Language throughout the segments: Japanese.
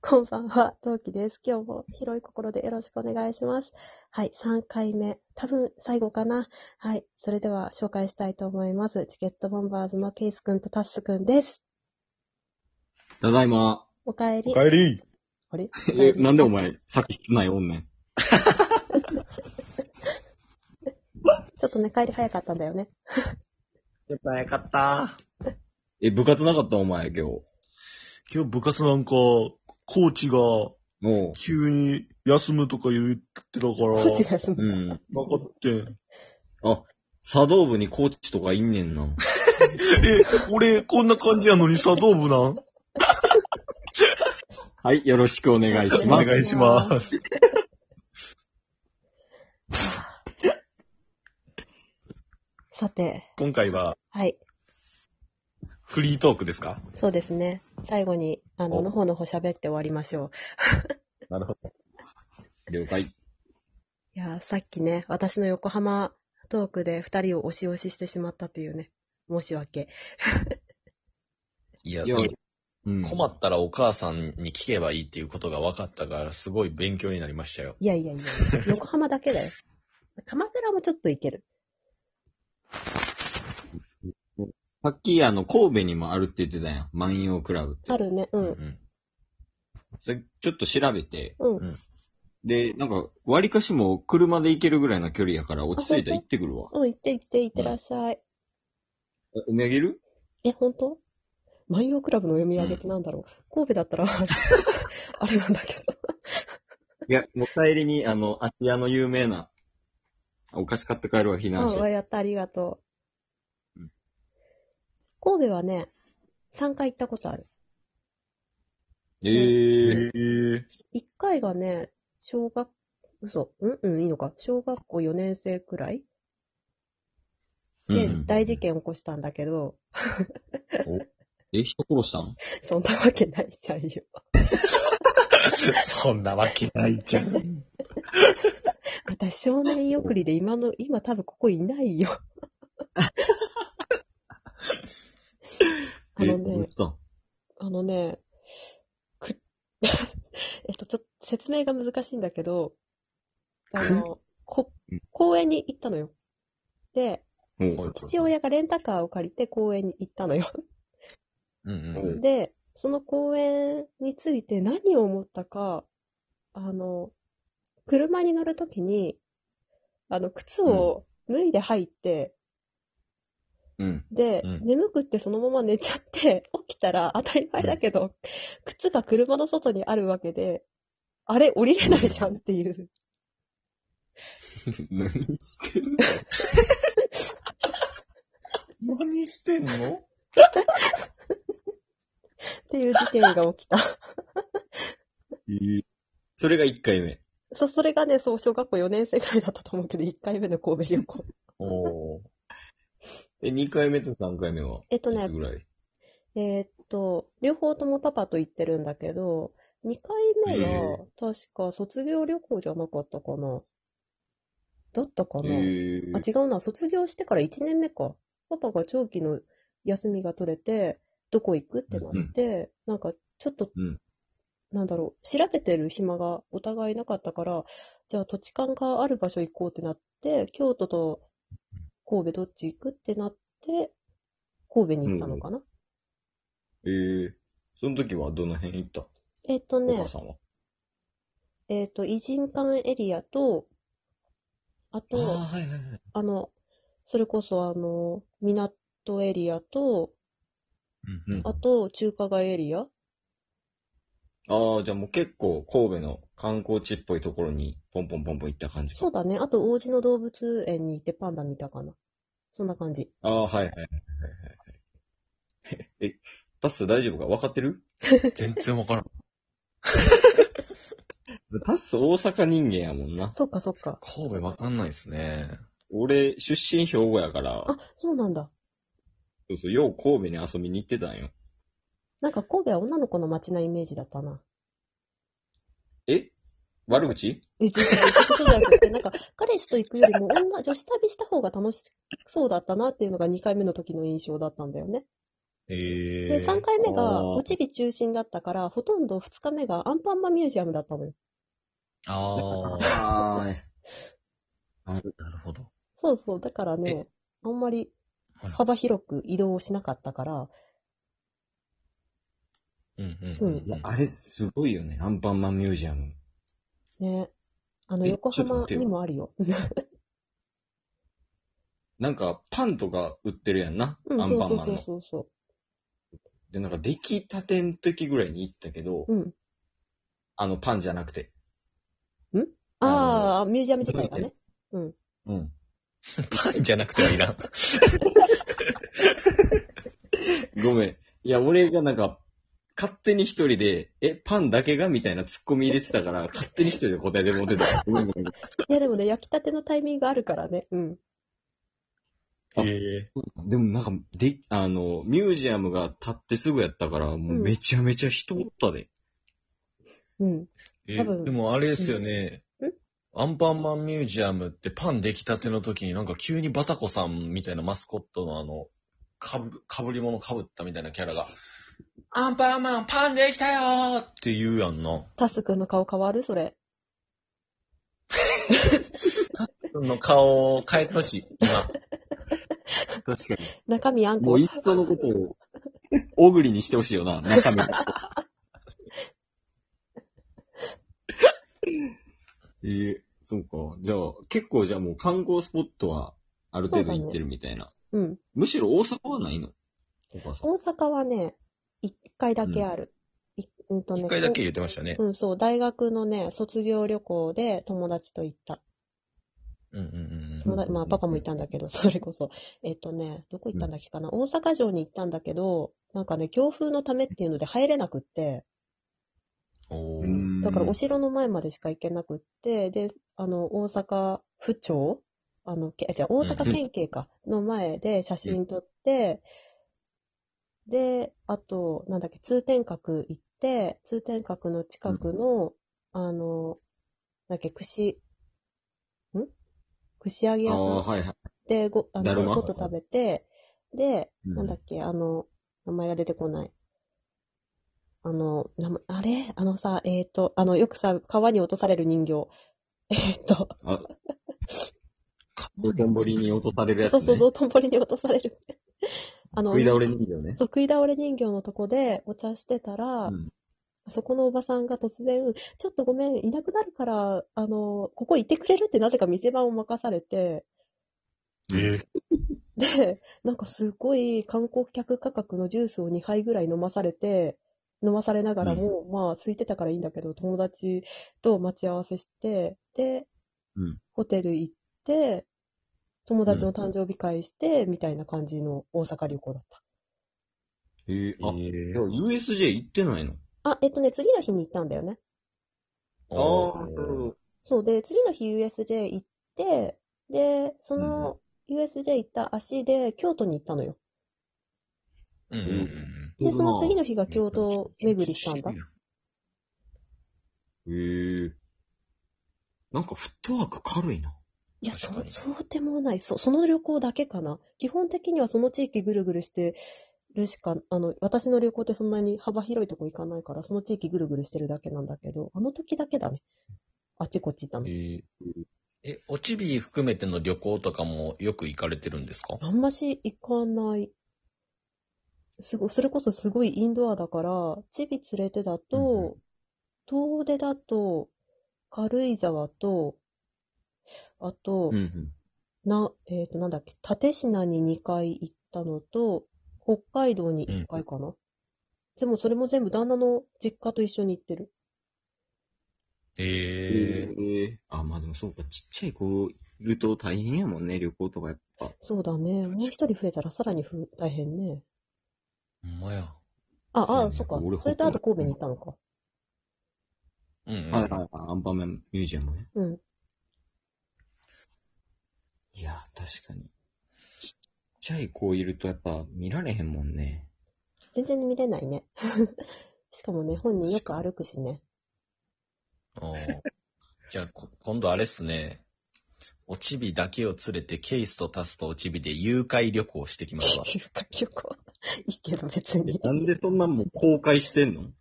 こんばんは、同期です。今日も広い心でよろしくお願いします。はい、3回目。多分最後かな。はい、それでは紹介したいと思います。チケットボンバーズのケイスくんとタッスくんです。ただいま。おかえり。帰りあれえ、なんでお前、さっき室内おんねん。ちょっとね、帰り早かったんだよね。やっぱよかった。え、部活なかったお前、今日。今日部活なんか、コーチがおう。急に休むとか言ってたから、違う、そのうん。分かって。あ、茶道部にコーチとかいんねんな。え、俺こんな感じやのに茶道部なんはい、よろしくお願いしおま。ます願いします。 さて、今回ははい、フリートークですかそうですね。最後に、あの、おのほのほ喋って終わりましょう。なるほど。了解。いやー、さっきね、私の横浜トークで二人を押し押ししてしまったというね、申し訳。いや、いや、うん。困ったらお母さんに聞けばいいっていうことが分かったから、すごい勉強になりましたよ。いやいやい や、横浜だけだよ。鎌倉もちょっと行ける。さっき、あの、神戸にもあるって言ってたやん。万葉クラブって。あるね、う。うんん。。それちょっと調べて。うんで、なんか、割かしも車で行けるぐらいの距離やから、落ち着いたらあ行ってくるわ。うん、行って行って行ってらっしゃい。えお土産いるえ、本当万葉クラブの読み上げってなんだろう。神戸だ ったら、あれなんだけど。いや、もう帰りに、あの、芦屋の有名な、お菓子買って帰るわ、避う難ん、者わ。やった、ありがとううん。神戸はね、3回行ったことある。えええー、 1回がね、小学、嘘、うんうん、いいのか。小学校4年生くらいでうん、大事件起こしたんだけど、え、人殺したんそんなわけないじゃんよ。 そんなわけないじゃ ん。私、少年よくりで今の、今多分ここいないよ。あの えどうね、したんあのね、く、 えっと、ちょっと説明が難しいんだけど、あの、こうん、公園に行ったのよ。で、おう父親がレンタカーを借りて公園に行ったのよ。うんううんん。で、その公園について何を思ったか、あの、車に乗るときに、あの、靴を脱いで入って、うん。 で、うん眠くってそのまま寝ちゃって、 起きたら当たり前だけど、靴が車の外にあるわけで、あれ、降りれないじゃんっていう。何してんの何してんのっていう事件が起きた。それが1回目。そ、それがね、そう、小学校4年生くらいだったと思うけど、1回目の神戸旅行。おえ、2回目と3回目はえっとねいつぐらいえーっと、両方ともパパと行ってるんだけど、2回目へは、確か卒業旅行じゃなかったかな。だったかな。えあ、違うな。卒業してから1年目か。パパが長期の休みが取れて、どこ行くってなって、なんかちょっと、うんなんだろう、調べてる暇がお互いなかったから、じゃあ土地勘がある場所行こうってなって、京都と神戸どっち行くってなって、神戸に行ったのかな。えーその時はどの辺行ったえーっとおね母、さんは。えっ、と、異人館エリアと、あと、ああー、はいはいはい。の、それこそあの、港エリアと、うんうん。あと、中華街エリアああ、じゃあもう結構神戸の観光地っぽいところにポンポンポンポン行った感じか。そうだね。あと、王子の動物園に行ってパンダ見たかな。そんな感じ。ああ、はいはいはい はいはい。え、タス大丈夫か分かってる全然わからん。タス大阪人間やもんな。そっかそっか。神戸わかんないですね。俺、出身兵庫やから、あ、そうなんだ。そうそう、よう神戸に遊びに行ってたんよ。なんか神戸は女の子の街なイメージだったな。え悪口え、違う、そうじゃなくて、なんか、彼氏と行くよりも女、女子旅した方が楽しそうだったなっていうのが2回目の時の印象だったんだよね。えで、3回目があーおちび中心だったから、ほとんど2日目がアンパンマンミュージアムだったのよ。ああ、あーなるほど。そうそう、だからね、あんまりはい幅広く移動しなかったから、うんううんんいや、あれすごいよね。アンパンマンミュージアム。ね、あの、え横ちょっと浜待ってによもあるよ。 なんか、パンとか売ってるやんな。うん、アそンうパンそうマそンうその。うそで、なんか、出来たてん時ぐらいに行ったけど、う。うん。あの、パンじゃなくて。ああ、ミュージアム時間だね。うん。パンじゃなくてはいらん。ごめん。いや、俺がなんか、勝手に一人で、え、パンだけがみたいな突っ込み入れてたから、勝手に一人で答えて持ってた。ごめんごめん。いや、でもね、焼きたてのタイミングあるからね。うん。あえでもなんか、で、あの、ミュージアムが建ってすぐやったから、もううんめちゃめちゃ人おったで。うん。え多分でもあれですよねうんん。アンパンマンミュージアムってパン出来たての時になんか急にバタコさんみたいなマスコットのあの、かぶ、かぶり物かぶったみたいなキャラが、アンパンマンパンできたよーって言うやんな。タスくんの顔変わるそれ。の顔を変えてほしい、今。確かに。中身あんもこうい。っそのことを、おぐりにしてほしいよな、中 身。ええそうか。じゃあ、結構じゃあもう観光スポットはある程度行ってるみたいな。うん。むしろ大阪はないのお母さん。大阪はね、一回だけある。いうんとね一回だけ言ってましたね。うん、そう、大学のね、卒業旅行で友達と行った。うんうんうんうん。友達、まあ、パパも行ったんだけど、 それこそ。えっとね、どこ行ったんだっけかな、大阪城に行ったんだけど、なんかね、強風のためっていうので入れなくって、おうーんだからお城の前までしか行けなくって、で、あの、大阪府庁あの、けじゃあ大阪県警か、の前で写真撮って、で、あと、なんだっけ、通天閣行って、通天閣の近くの、あの、なんだっけ、串、ん串揚げあ屋さんあ、はいはい。で、ご、あだの、るちまょこっと食べて、で、うんなんだっけ、あの、名前が出てこない。あの、名前、あれあのさ、えっ、と、あの、よくさ、川に落とされる人形。 えっ、と、あ、道頓堀に落とされるやつ、そうね。そう、道頓堀に落とされ る。あの、食い倒れ人形ね。そう食い倒れ人形のとこでお茶してたら、うんそこのおばさんが突然、ちょっとごめん、いなくなるから、あの、ここいてくれるってなぜか店番を任されて、えで、なんかすごい観光客価格のジュースを2杯ぐらい飲まされて、飲まされながらも、まあ空いてたからいいんだけど、友達と待ち合わせして、で、うんホテル行って、友達の誕生日会して、みたいな感じの大阪旅行だった。ええー、あ、いや USJ 行ってないのあ、えっとね、次の日に行ったんだよね。おーーそうで、次の日 USJ 行って、で、その USJ 行った足で京都に行ったのよ。うんうんうんで、その次の日。日が京都巡りしたんだ。ええなんかフットワーク軽いな。いや、そ確かう、にそうでもない。そ、その旅行だけかな。基本的にはその地域ぐるぐるしてるしか、あの、私の旅行ってそんなに幅広いとこ行かないから、その地域ぐるぐるしてるだけなんだけど、あの時だけだね。あっちこっち行ったの。ええ、おちび含めての旅行とかもよく行かれてるんですかあんまし行かない。すごい、それこそすごいインドアだから、チビ連れてだうんうと、遠出だと、軽井沢と、あと、うんうん。な、えっ、と、なんだっけ、蓼科に2回行ったのと、北海道に1回かな。でもそれも全部旦那の実家と一緒に行ってる。えええあ、まあでもそうか、ちっちゃい子いると大変やもんね、旅行とかやっぱ。そうだね。もう一人増えたらさらにふ大変ね。ー、ほんまや。あ、そうあねそっか俺。それとあと神戸に行ったのか。うん、うん。はいはいはい、アンパンマンミュージアムね。うん。いや、確かに。ちっちゃい子いるとやっぱ見られへんもんね。全然見れないね。 しかもね、本人よく歩くしね。おーじゃあ、こ今度あれっすね。お ちびだけを連れて、ケイスとタスとおちびで誘拐旅行してきますわ。旅行。いいけど別に。なんでそんなんもう公開して んの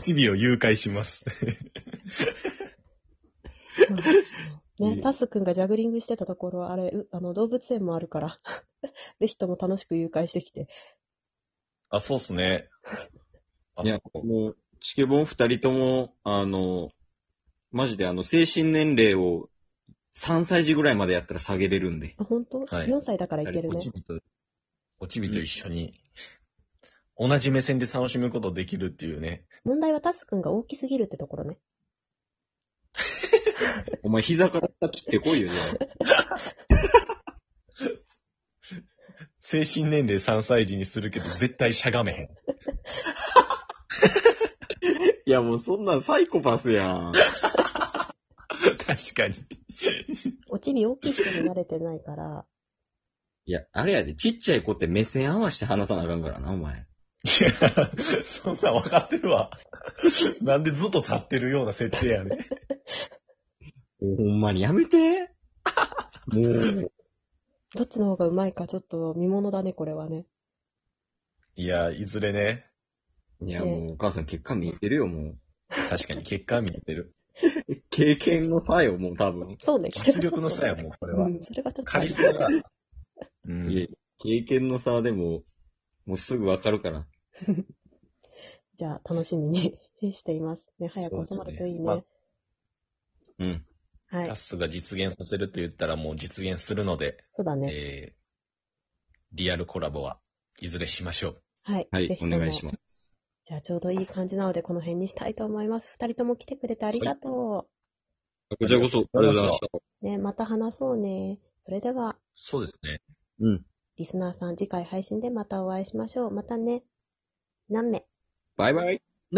チビを誘拐します。 ね、タスくんがジャグリングしてたところ、あれ、うあの、動物園もあるから、 ぜひとも楽しく誘拐してきて。あ、そうっすね。あいやそこもう、チケボン二人とも、あの、マジであの、精神年齢を3歳児ぐらいまでやったら下げれるんで。あ、本当、はい ?4 歳だからいけるおねち。びと、おちびと一緒に、同じ目線で楽しむことできるっていうね。問題はタスくんが大きすぎるってところね。お前膝から切ってこいよ、じゃあ。精神年齢3歳児にするけど、絶対しゃがめへん。いや、もうそんなんサイコパスやん。 確かに。おちび大きい人に慣れてない から、いや、あれやで、ちっちゃい子って目線合わせて話さなあかんからな、お前。いや、そんなん分かってるわ。なんでずっと立ってるような設定やねん。ほんまにやめて。 もう、どっちの方がうまいかちょっと見物だね、これはね。いや、いずれね、いや、もうお母さん結果見えてるよ、も確かに結果見えて る。う。経験の差よ、もう多分。そうね、実力の差やもん、これはう。ん、それがちょっとカある。リス マが。うん。いや、経験の差でも、もうすぐわかるから。じゃあ、楽しみに しています。ね、早く収そまうでるすねといいね。まあうん。はいタ。スが実現させると言ったらもう実現するので、そうだね。えー、リアルコラボはいずれしましょう。はい。はい、お願いします。ます。じゃあ、ちょうどいい感じなので、この辺にしたいと思います。二人とも来てくれてありがとこちらこそ、ありがとうございました。う。ね、また話そうね。それでは、そうですね。うん。リスナーさん、次回配信でまたお会いしましょう。またね。何名バイバイ。